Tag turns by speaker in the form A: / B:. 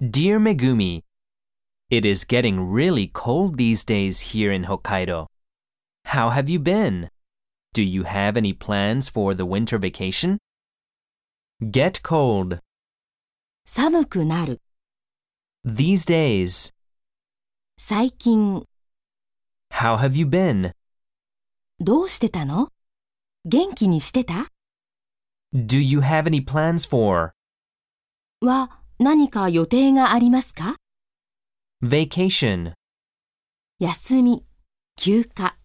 A: Dear Megumi, it is getting really cold these days here in Hokkaido. How have you been? Do you have any plans for the winter vacation? Get cold
B: 寒くなる、
A: these days.
B: 最近、
A: How have you been?
B: どうしてたの元気にしてた
A: Do you have any plans for
B: は何か予定がありますか
A: vacation?
B: 休み、休暇。